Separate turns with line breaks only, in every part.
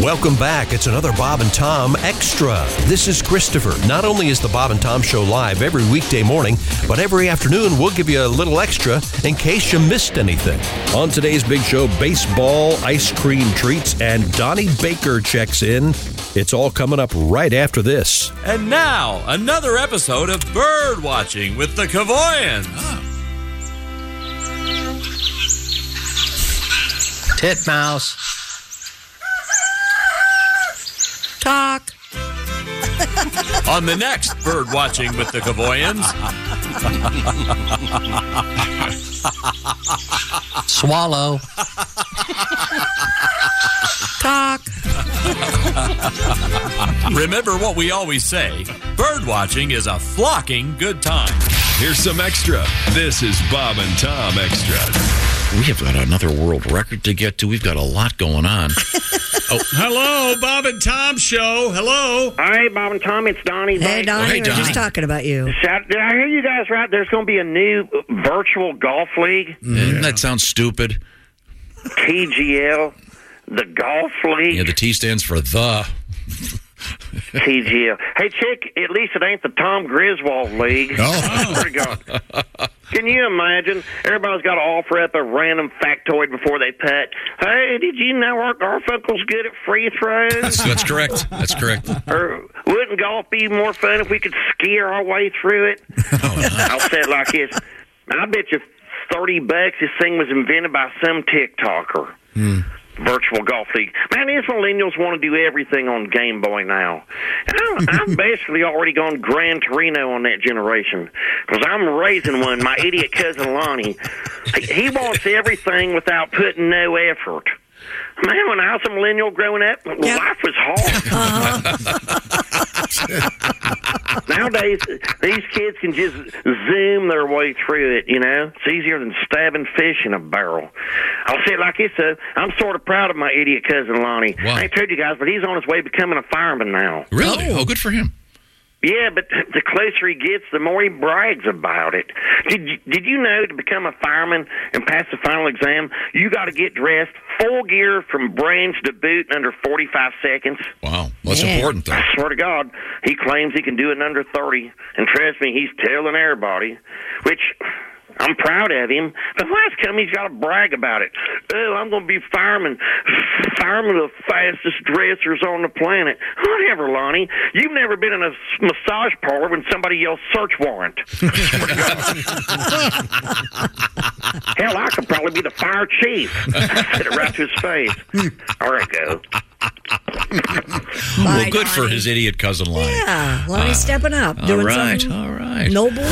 Welcome back. It's another Bob and Tom Extra. This is Christopher. Not only is the Bob and Tom Show live every weekday morning, but every afternoon we'll give you a little extra in case you missed anything. On today's big show, baseball, ice cream treats, and Donnie Baker checks in. It's all coming up right after this.
And now, another episode of Bird Watching with the Cavoyans.
Titmouse. Talk.
On the next Bird Watching with the Cavoyans,
Swallow. Talk.
remember what we always say bird watching is a flocking good time.
Here's some extra. This is Bob and Tom Extra.
We have got another world record to get to. We've got a lot going on.
Hello, Bob and Tom Show. Hello.
Hi, Bob and Tom. It's Donnie.
Hey,
Buck.
Donnie,
Hey,
we we're
Donnie.
just talking about you.
Shout- Did I hear you guys right? There's going to be a new virtual golf league,
Doesn't Mm, that sound stupid?
TGL. The golf
Yeah,
league,
the T stands for the.
TGL. Hey, chick, at least it ain't the Tom Griswold league. Oh. Pretty good. Can you imagine? Everybody's got to offer up a random factoid before they putt. Hey, did you know our Garfunkel's good at free throws?
So that's correct. That's correct.
or wouldn't golf be more fun if we could ski our way through it? I'll say it like this. I bet you 30 bucks this thing was invented by some TikToker. Virtual golf league. Man, these millennials want to do everything on Game Boy now. And I'm, I'm basically already gone Gran Torino on that generation because I'm raising one. My idiot cousin Lonnie, he, he wants everything without putting no effort. Man, when I was a millennial growing up, life was hard. Nowadays, these kids can just zoom their way through it, you know? It's easier than stabbing fish in a barrel. I'll say it like this, though. I'm sort of proud of my idiot cousin, Lonnie.
Wow.
I ain't told you guys, but he's on his way to becoming a fireman now.
Really? Oh, good for him.
Yeah, but the closer he gets, the more he brags about it. Did you, did you know to become a fireman and pass the final exam, you got to get dressed full gear from brains to boot in under 45 seconds?
Wow. Well, that's
Yeah.
important, though.
I swear to God, he claims he can do it in under 30. And trust me, he's telling everybody, which I'm proud of him. But last time he's got to brag about it. Oh, I'm going to be fireman. Fireman of the fastest dressers on the planet. Whatever, Lonnie. You've never been in a s- massage parlor when somebody yells search warrant. Hell, I could probably be the fire chief. I said it right to his face. All right, go.
Well,
Bye,
good for
Donnie.
his idiot cousin line.
Yeah, Lonnie's stepping up,
Ah. All
doing
right.
something
All right.
noble.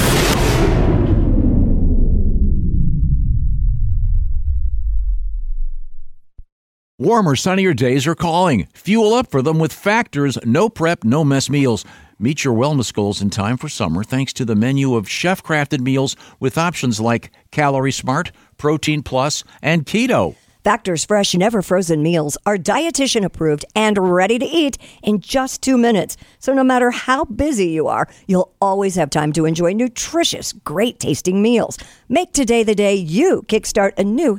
Warmer, sunnier days are calling. Fuel up for them with Factor's no prep, no mess meals. Meet your wellness goals in time for summer thanks to the menu of chef crafted meals with options like Calorie Smart, Protein Plus, and Keto.
Factor's fresh, never frozen meals are dietitian approved and ready to eat in just two minutes. So no matter how busy you are, you'll always have time to enjoy nutritious, great tasting meals. Make today the day you kickstart a new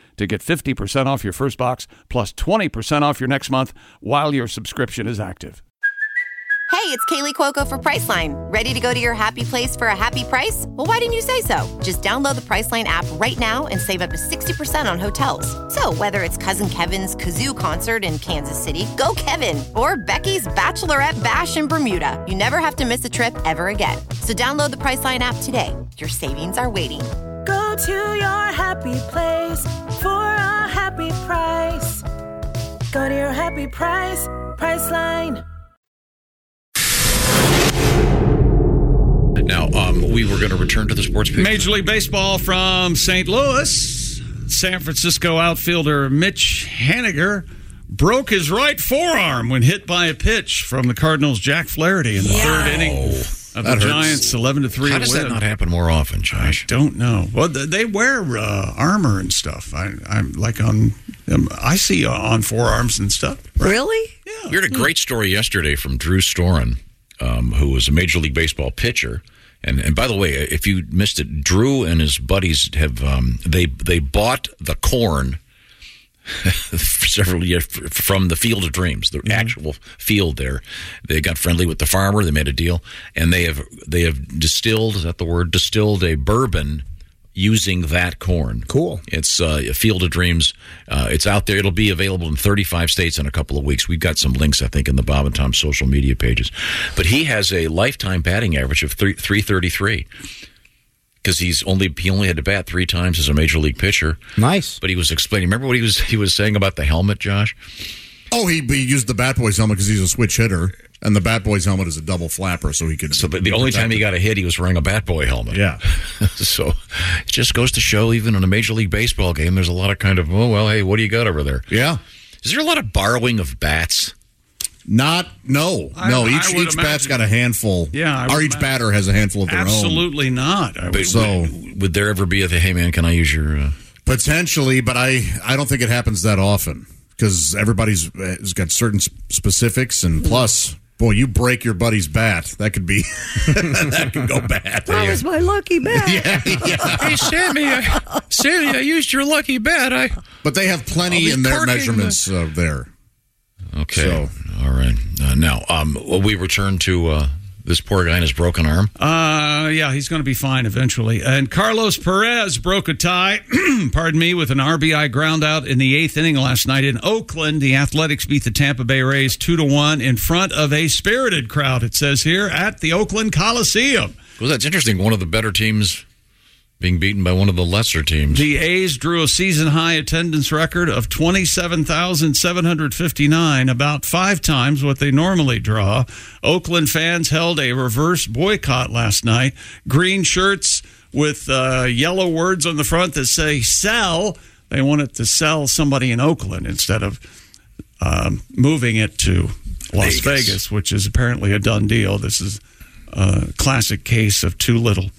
to get 50% off your first box plus 20% off your next month while your subscription is active.
Hey, it's Kaylee Cuoco for Priceline. Ready to go to your happy place for a happy price? Well, why didn't you say so? Just download the Priceline app right now and save up to 60% on hotels. So, whether it's Cousin Kevin's Kazoo concert in Kansas City, go Kevin, or Becky's Bachelorette Bash in Bermuda, you never have to miss a trip ever again. So, download the Priceline app today. Your savings are waiting.
Go to your happy place for a happy price. Go to your happy price, Priceline.
Now, um, we were going to return to the sports page.
Major League Baseball from St. Louis. San Francisco outfielder Mitch Haniger broke his right forearm when hit by a pitch from the Cardinals' Jack Flaherty in the third inning of the
That hurts.
Giants' 11 to 3
How does that not happen more often, Josh?
don't know. Well, th- they wear uh, armor and stuff. I, I'm like on, um, I see on forearms and stuff.
Really? Yeah. We heard a great story yesterday from Drew Storen, um, who was a Major League Baseball pitcher. And, and by the way, if you missed it, Drew and his buddies have um, they they bought the corn for several years f- from the Field of Dreams, the actual field there. They got friendly with the farmer. They made a deal, and they have they have distilled is that the word distilled a bourbon using that corn. Cool. It's uh, a Field of Dreams. Uh, it's out there. It'll be available in 35 states in a couple of weeks. We've got some links, I think, in the Bob and Tom social media pages. But he has a lifetime batting average of three, 333 because he's only he only had to bat three times as a major league pitcher. Nice. But he was explaining. Remember what he was he was saying about the helmet, Josh?
Oh, he, he used the Bat Boys helmet because he's a switch hitter, and the Bat Boys helmet is a double flapper, so he could. So,
But the only time he got a hit, he was wearing a bat boy helmet. Yeah. so it just goes to show, even in a major league baseball game, there's a lot of kind of oh well, hey, what do you got over there?
Yeah.
Is there a lot of borrowing of bats?
Not no
I-
no.
I
Each
would
each bat's
imagine-
got a handful.
Yeah, I would
or each
imagine.
batter has a handful of their own.
Absolutely not. I
But
would
So-
would, would there ever be a hey man, can I use your? Uh,
Potentially, but I I don't think it happens that often because everybody's uh, has got certain sp- specifics,
Mm.
and plus, boy, you break your buddy's bat, that could be that could go bad.
That was my lucky bet.
Hey, Sammy, I, Sammy, I used your lucky bet. I.
But they have
I'll
plenty
be
in their
corking
measurements uh, there.
Okay. All right. Uh, now, um, will we return to uh, this poor guy and his broken arm?
Uh, yeah, he's going to be fine eventually. And Carlos Perez broke a tie, pardon me, with an RBI ground out in the eighth inning last night in Oakland. The Athletics beat the Tampa Bay Rays two to one in front of a spirited crowd. It says here at the Oakland Coliseum.
Well, that's interesting. One of the better teams being beaten by one of the lesser teams.
The A's drew a season high attendance record of 27,759, about five times what they normally draw. Oakland fans held a reverse boycott last night. Green shirts with uh, yellow words on the front that say sell. They wanted to sell somebody in Oakland instead of um, moving it to Las Vegas. which is apparently a done deal. This is a classic case of too little,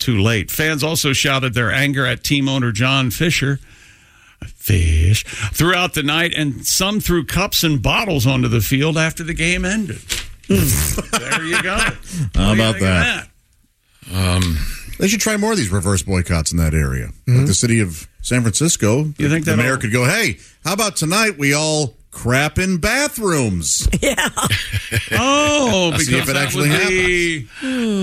too late. Fans also shouted their anger at team owner John Fisher. Fish throughout the night, and some threw cups and bottles onto the field after the game ended. there you go.
How
What do you
about
think of
that?
Um,
they should try more of these reverse boycotts in that area. Like the city of San Francisco, you think the mayor could go, "Hey, how about tonight we all crap in bathrooms?" Yeah.
Oh,
See
because
if it
that
actually
would be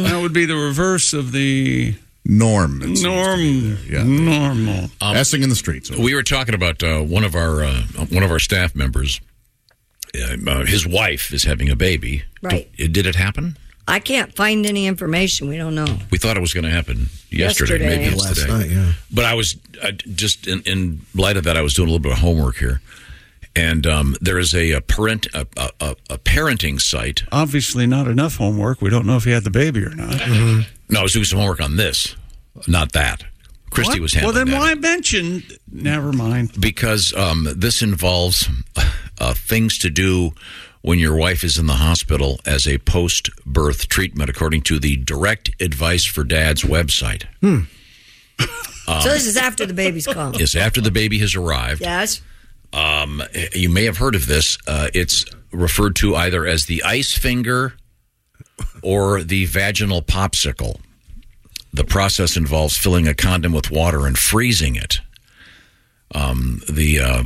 that would be the reverse of the
norm.
Norm, normal.
Um,
Essing in the streets.
We were talking about uh, one of our uh, one of our staff members. Uh, uh, his wife is having a baby.
Right.
Did, did it happen?
I can't find any information. We don't know.
We thought it was going to happen yesterday,
Yesterday.
maybe it's
Last
today.
night, yeah.
But I was I, just in, in light of that, I was doing a little bit of homework here, and um, there is a, a parent a, a, a- a parenting site.
obviously not enough homework. We don't know if he had the baby or not.
No, I was doing some homework on this, not that. Christy
What?
was handling
Well, then
that.
why mention? Never mind.
because um, this involves uh, things to do when your wife is in the hospital as a post birth treatment, according to the Direct Advice for Dads website.
Hmm.
Um,
so this is after the baby's come.
yes, after the baby has arrived.
Yes.
Um, you may have heard of this. Uh, it's referred to either as the ice finger or the vaginal popsicle. The process involves filling a condom with water and freezing it. Um, the uh,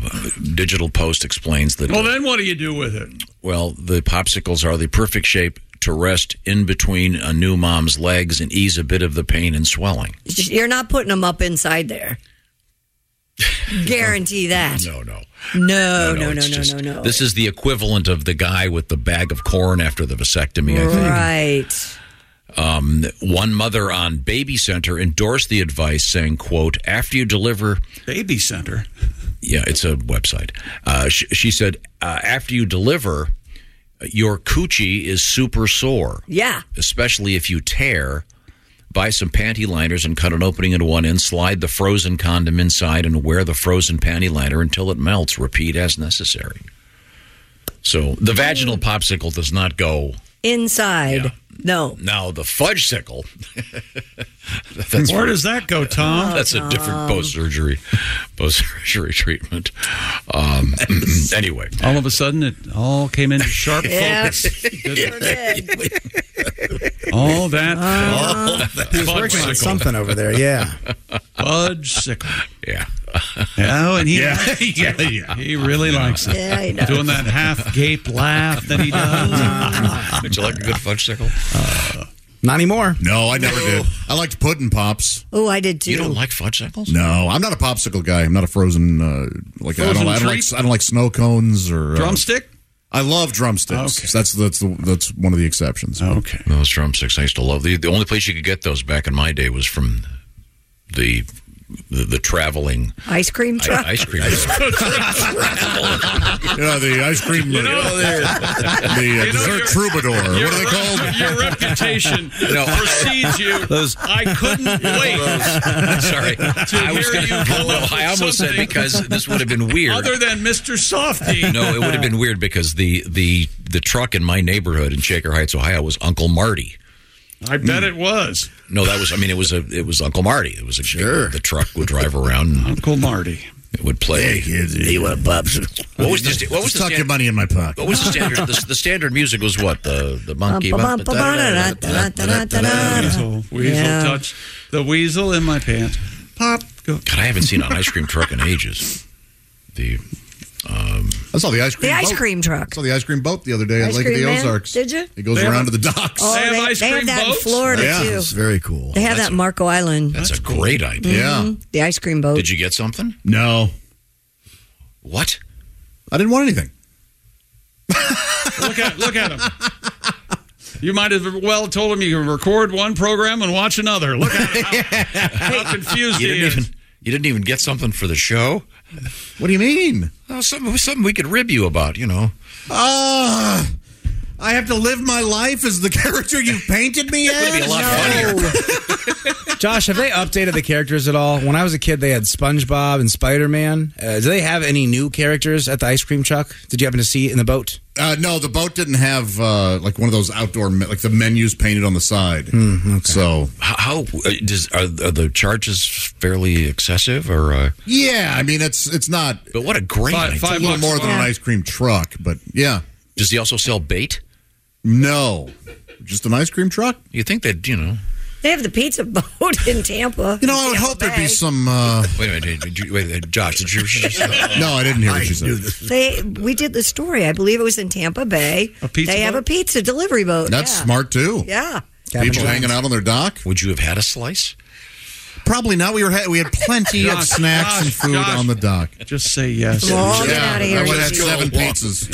digital post explains that.
Well, then what do you do with it?
Well, the popsicles are the perfect shape to rest in between a new mom's legs and ease a bit of the pain and swelling.
You're not putting them up inside there. Guarantee that.
No, no.
Oh, No, no, no, no,
it's
no,
just-
no, no.
This is the equivalent of the guy with the bag of corn after the vasectomy, I think.
Right.
Um, one mother on Baby Center endorsed the advice, saying, "quote After you deliver
Baby Center,
yeah, it's a website." Uh, she, she said, uh, "After you deliver, your coochie is super sore,
Yeah.
especially if you tear." Buy some panty liners and cut an opening in one end. Slide the frozen condom inside and wear the frozen panty liner until it melts. Repeat as necessary. So the vaginal popsicle does not go
Inside. No.
now the fudge sickle. That's
Where does that go, Tom?
That's
Oh,
a different
Tom.
post surgery, post surgery treatment. Um, anyway,
All of a sudden, it all came into sharp
Yeah.
focus. All that.
Uh,
that
he was working on
fudgesicle.
something over there, yeah.
Fudge sickle.
Yeah.
Oh, and he,
Yeah,
yeah, yeah. he really likes it.
Yeah, he does.
Doing that half gape laugh that he
Uh-huh.
does.
Would you like a good fudge sickle?
Not anymore.
No, I never did. I liked pudding pops.
Oh, I did too.
like fudge sickles?
No, I'm not a popsicle guy. I'm not a frozen uh, like I don't,
Frozen
I don't like
treat?
I don't like snow cones or uh,
Drumstick?
I love drumsticks. That's that's the, that's one of the exceptions.
Okay,
Those drumsticks I used to love. The, the only place you could get those back in my day was from the the, the traveling
Ice cream truck.
ice cream.
yeah, the ice cream, the uh, dessert troubadour. What are they called?
Your reputation precedes you. I couldn't wait.
Sorry, I was
hear
going
you come up
I
with
almost said
something
because this would have been weird.
Other than Mr. Softy.
no, it would have been weird because the the the truck in my neighborhood in Shaker Heights, Ohio, was Uncle Marty.
I bet it was.
No, that was. I mean, it was a. It was Uncle Marty. It was a. Sure. The truck would drive around. And
Uncle Marty.
It would play.
you want
What was the sta- what was the
tuck your
stand-
money in my pocket?
What was the standard? The, the standard music was what the the monkey.
Weasel, weasel
Yeah.
touch the weasel in my pants. Pop. Go.
God, I haven't seen an ice cream truck in ages. The um,
I saw the ice cream.
The ice
boat.
cream truck.
I saw the ice cream boat the other day at
Ice
Lake of
cream
the
man?
Ozarks.
Did you?
It goes
They have-
around to the docks.
Oh, they have, they, have that in Florida
yeah,
too.
it's very cool.
They have that in Marco Island.
that's a great idea.
Yeah.
Mhm. The ice cream boat.
Did you get something?
No,
What?
I didn't want anything.
Look at look at him. You might as well told him you can record one program and watch another. Look at him. How, how confused
You
he
didn't
is.
even you didn't even get something for the show.
What do you mean?
Oh, something something we could rib you about. You know.
Ah. I have to live my life as the character you've painted me as.
be a lot
Josh, have they updated the characters at all? When I was a kid, they had SpongeBob and Spider Man. Uh, do they have any new characters at the ice cream truck? Did you happen to see it in the boat?
Uh, no, the boat didn't have uh, like one of those outdoor me- like the menus painted on the side. So
How, how uh, does are, are the charges fairly excessive or? Uh,
yeah, I mean it's it's not
but what a great
It's
idea.
a little more than an ice cream truck, but yeah,
Does he also sell bait?
no, just an ice cream truck.
You think that you know?
They have the pizza boat in Tampa.
You know, I would
Tampa
hope there'd
Bay.
be some. Uh,
Wait a minute, did you, wait, uh, Josh. Did you?
no, I didn't hear what you said.
They we did the story. I believe it was in Tampa Bay.
A pizza
they have
boat?
a pizza delivery boat.
That's
yeah.
smart too.
Yeah.
People hanging out on their dock.
Would you have had a slice?
Probably not. We were ha- we had plenty of
Josh,
snacks
Josh,
and food
Josh.
on the dock.
Just say yes.
Lord, get out of here.
I would have
Easy.
seven pizzas.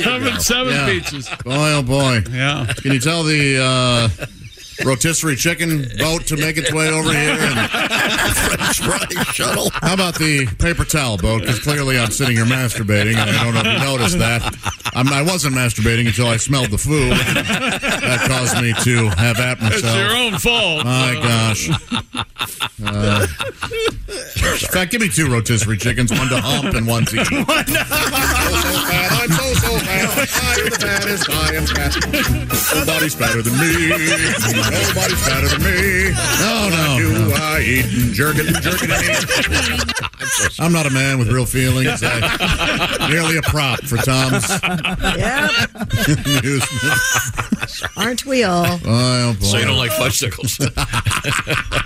Seven seven
Yeah.
pizzas.
Boy, oh boy.
Yeah.
Can you tell the uh, rotisserie chicken boat to make its way over here? And French fry shuttle. How about the paper towel boat? Because clearly I'm sitting here masturbating, and I don't know if you noticed that. I'm, I wasn't masturbating until I smelled the food. That caused me to have at
It's your
myself.
own fault.
My gosh. Uh, in fact, give me two rotisserie chickens, one to hump and one to eat. I'm so, so fat. I'm the fattest. I am fat. Nobody's fatter than me. Nobody's fatter than me. No, no. Do I eat and jerk it and jerk it and eat. I'm not a man with real feelings. I, merely a prop for Tom's
Yeah.
amusement.
Aren't we all?
Oh,
so you don't like fudgesicles?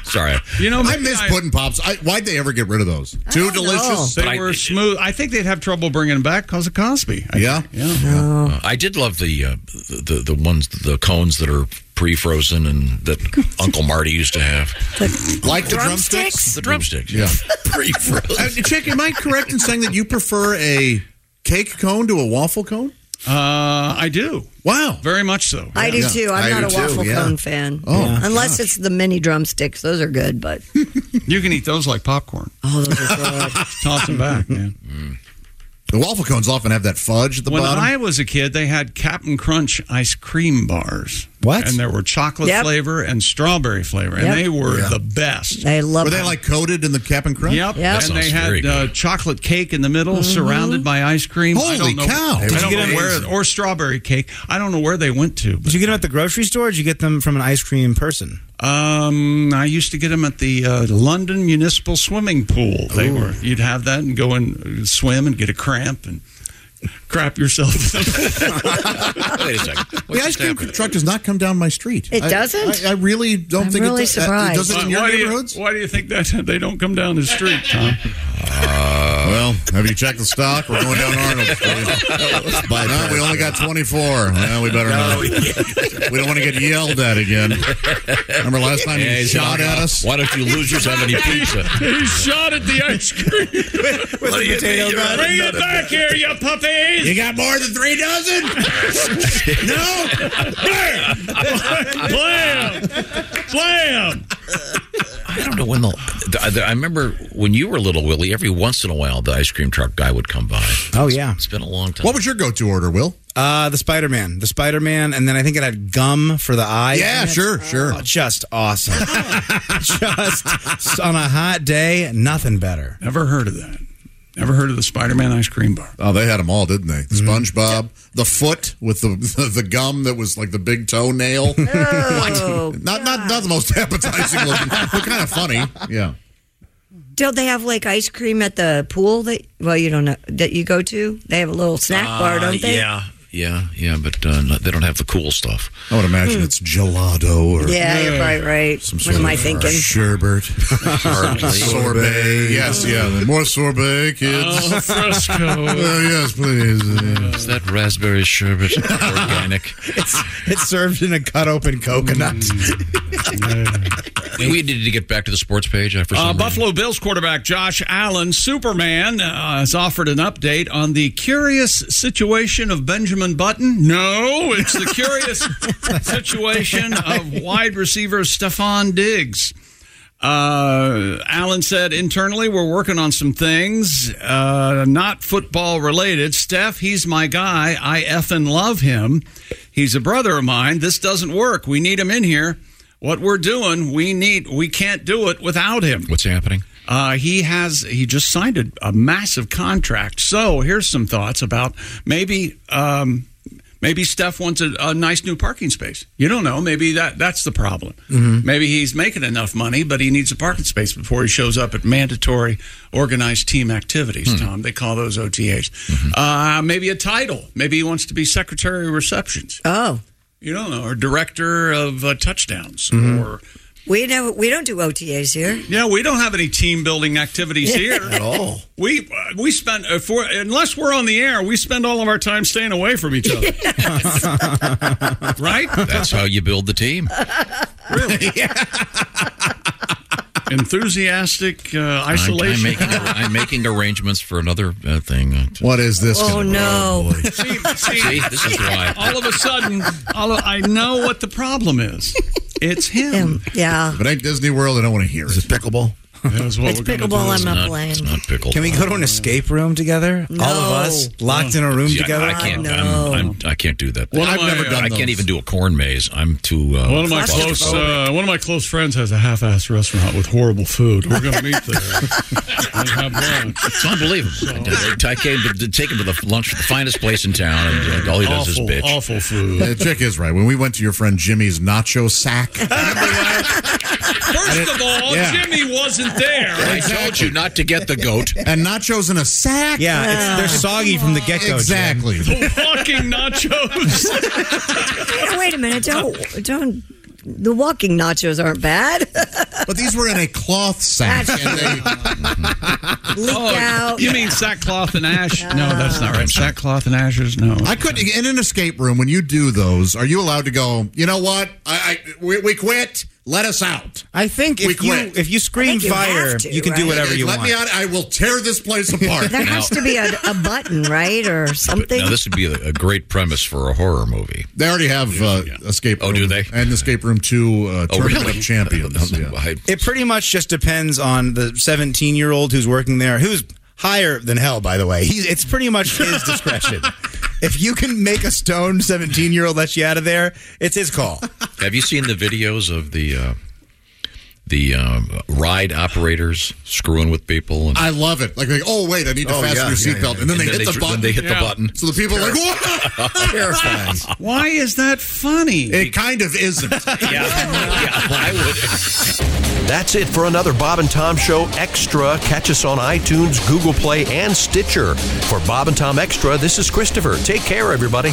Sorry.
You know,
I
maybe
miss
I-
pudding pops. I, why'd they ever get rid of those? Too delicious.
They were smooth. I think they'd have trouble bringing them back because of Cosby. I
Yeah.
think. yeah.
Uh, I did love the, uh, the the ones the cones that are pre-frozen and that Uncle Marty used to have.
Like the drumsticks?
The drumsticks.
Yeah.
Pre-frozen.
Uh, Chick, am I correct in saying that you prefer a cake cone to a waffle cone?
Uh, I do.
Wow.
Very much so.
I do
Yeah.
too. I'm not
I do
a
too,
waffle
yeah.
cone fan.
Oh, Yeah.
unless it's the mini drumsticks; those are good. But
You can eat those like popcorn.
Oh, those are good.
Toss them back, man.
The waffle cones often have that fudge at the
when
bottom.
I was a kid, they had Captain Crunch ice cream bars.
What?
And there were chocolate
Yep.
flavor and strawberry flavor, and
Yep.
they were
Yeah.
the best.
I love
Were they like coated in the cap and crunch?
Yep. And they had uh, chocolate cake in the middle,
Mhm.
surrounded by ice cream. I
Holy
don't know,
cow.
I
Did you
don't
get
know
them-
where, or strawberry cake. I don't know where they went to.
Did you get them at the grocery store? or Did you get them from an ice cream person?
Um, I used to get them at the uh, London Municipal Swimming Pool. They were you'd have that and go and uh, swim and get a cramp and crap yourself.
Wait a second.
the ice cream truck does not come down my street.
It
I-
doesn't?
I, I really don't think it does. Uh, it does it in your
why,
neighborhood?
Do you, why do you think that they don't come down the street, Tom?
Uh, well, have you checked the stock? We're going down Arnold. Street. By now, we only got 24. Well, we better not. We don't want to get yelled at again. Remember last time
Hey,
you shot
John,
at us?
Why don't you losers have any pizza?
he shot at the ice cream with,
What do you potato mean? gun.
Bring it back here, you puppies!
You got more than three dozen? no?
Blam! Blam!
I don't know when the, the, the. I remember when you were little, Willie. Every once in a while, the ice cream truck guy would come by.
Oh yeah.
It's been a long time.
What was your go-to order, Will?
Uh, the Spider Man, the Spider Man, and then I think it had gum for the eye.
Yeah, sure, sure.
Oh, just awesome. just on a hot day, nothing better.
Never heard of that. Never heard of the Spider-Man ice cream bar.
Oh, they had them all, didn't they? SpongeBob, the foot with the, the gum that was like the big toenail.
Oh.
what? Not, not not the most appetizing looking, but kind of funny. Yeah.
don't they have like ice cream at the pool? That well, you don't know that you go to. They have a little snack
Uh,
bar, don't they?
Uh, Yeah, yeah, yeah. But uh, no, they don't have the cool stuff.
I would imagine it's gelato or
Yeah, you're probably right.
Some
what
sort
am
of
I thinking?
Sherbet, sorbet. Yes, yeah. the More sorbet, kids.
Oh, fresco.
Uh, yes, please.
Mm.
Is that raspberry sherbet organic?
It's it's served in a cut open coconut.
Mm.
we needed to get back to the sports page. I for some
Uh,
reason-
Buffalo Bills quarterback Josh Allen, Superman, uh, has offered an update on the curious situation of Benjamin Button. No, it's the curious situation of wide receiver Stephon Diggs. Uh, Allen said internally, we're working on some things, uh, not football related. Steph, he's my guy. I effing love him. He's a brother of mine. This doesn't work. We need him in here. What we're doing, we need, we can't do it without him.
What's happening?
Uh, he has he just signed a, a massive contract. So here's some thoughts about maybe um, maybe Steph wants a, a nice new parking space. You don't know. Maybe that that's the problem.
Mhm.
Maybe he's making enough money, but he needs a parking space before he shows up at mandatory organized team activities. Tom, they call those OTAs. Uh, maybe a title. Maybe he wants to be secretary of receptions.
Oh,
You don't know, or director of uh, touchdowns, or
we know we don't do OTAs here.
yeah, we don't have any team building activities here
At all.
We uh, we spend if we're, unless we're on the air, we spend all of our time staying away from each other. right?
That's how you build the team.
Really? Enthusiastic uh,
I'm- I'm,
isolation.
making, I'm making arrangements for another uh, thing.
What is this?
Oh,
gonna be?
no.
boy.
See, see,
See, this is why.
All of a sudden, all of, I know what the problem is. It's him.
Um, Yeah.
If it ain't Disney World, I don't want to hear it. Is it pickleball?
That's
what It's we're gonna do. pickleball, I'm It's not not- playing. it's
not pickleball.
Can we go to an escape room together? All of us locked in a room
See, I-
together.
I, can't. I'm, I'm, I can't do that.
One of my, uh,
I can't even do a corn maze. I'm too. Uh,
One of my close uh, one of my close friends has a half-assed restaurant with horrible food. We're going to meet there and have lunch.
It's unbelievable. I, I came to, to take him to the lunch, the finest place in town, and uh, all he does
awful,
is bitch.
awful food.
The chick is right. When we went to your friend Jimmy's nacho sack,
First of all,
Yeah.
Jimmy wasn't there.
I told you not to get the goat.
and nachos in a sack.
Yeah, it's, they're soggy from the get go.
Exactly.
What
walking nachos.
Wait a minute. Don't don't. The walking nachos aren't bad.
but these were in a cloth sack.
Oh,
Leak out.
You mean sackcloth and ash? No, that's not right. Sackcloth and ashes? No.
I couldn't. In an escape room, when you do those, are you allowed to go? You know what? I, I we, we quit. Let us out.
I think
We
if you
quit.
if you scream fire, you can do whatever you
Let
want.
me out. I will tear this place apart.
There has to be a, a button, right, or something.
Now this would be a, a great premise for a horror movie.
They already have uh, escape. Room oh, do they? And escape room two uh,
Oh,
tournament
really?
of champions. yeah.
It pretty much just depends on the 17 year old who's working there, who's higher than hell, by the way. He's, it's pretty much his discretion. if you can make a stone 17 year old let you out of there, it's his call.
Have you seen the videos of the uh, the um, ride operators screwing with people? And
I love it. Like, like, oh wait, I need to
Oh,
fasten
yeah,
your
yeah,
seatbelt,
yeah.
and then they
And then
hit
they
the
tr-
button.
then they hit the
Yeah.
button.
So the people are like, what? Terrifying.
Why is that funny?
It kind of isn't.
That's it for another Bob and Tom Show Extra. Catch us on iTunes, Google Play, and Stitcher. For Bob and Tom Extra, this is Christopher. Take care, everybody.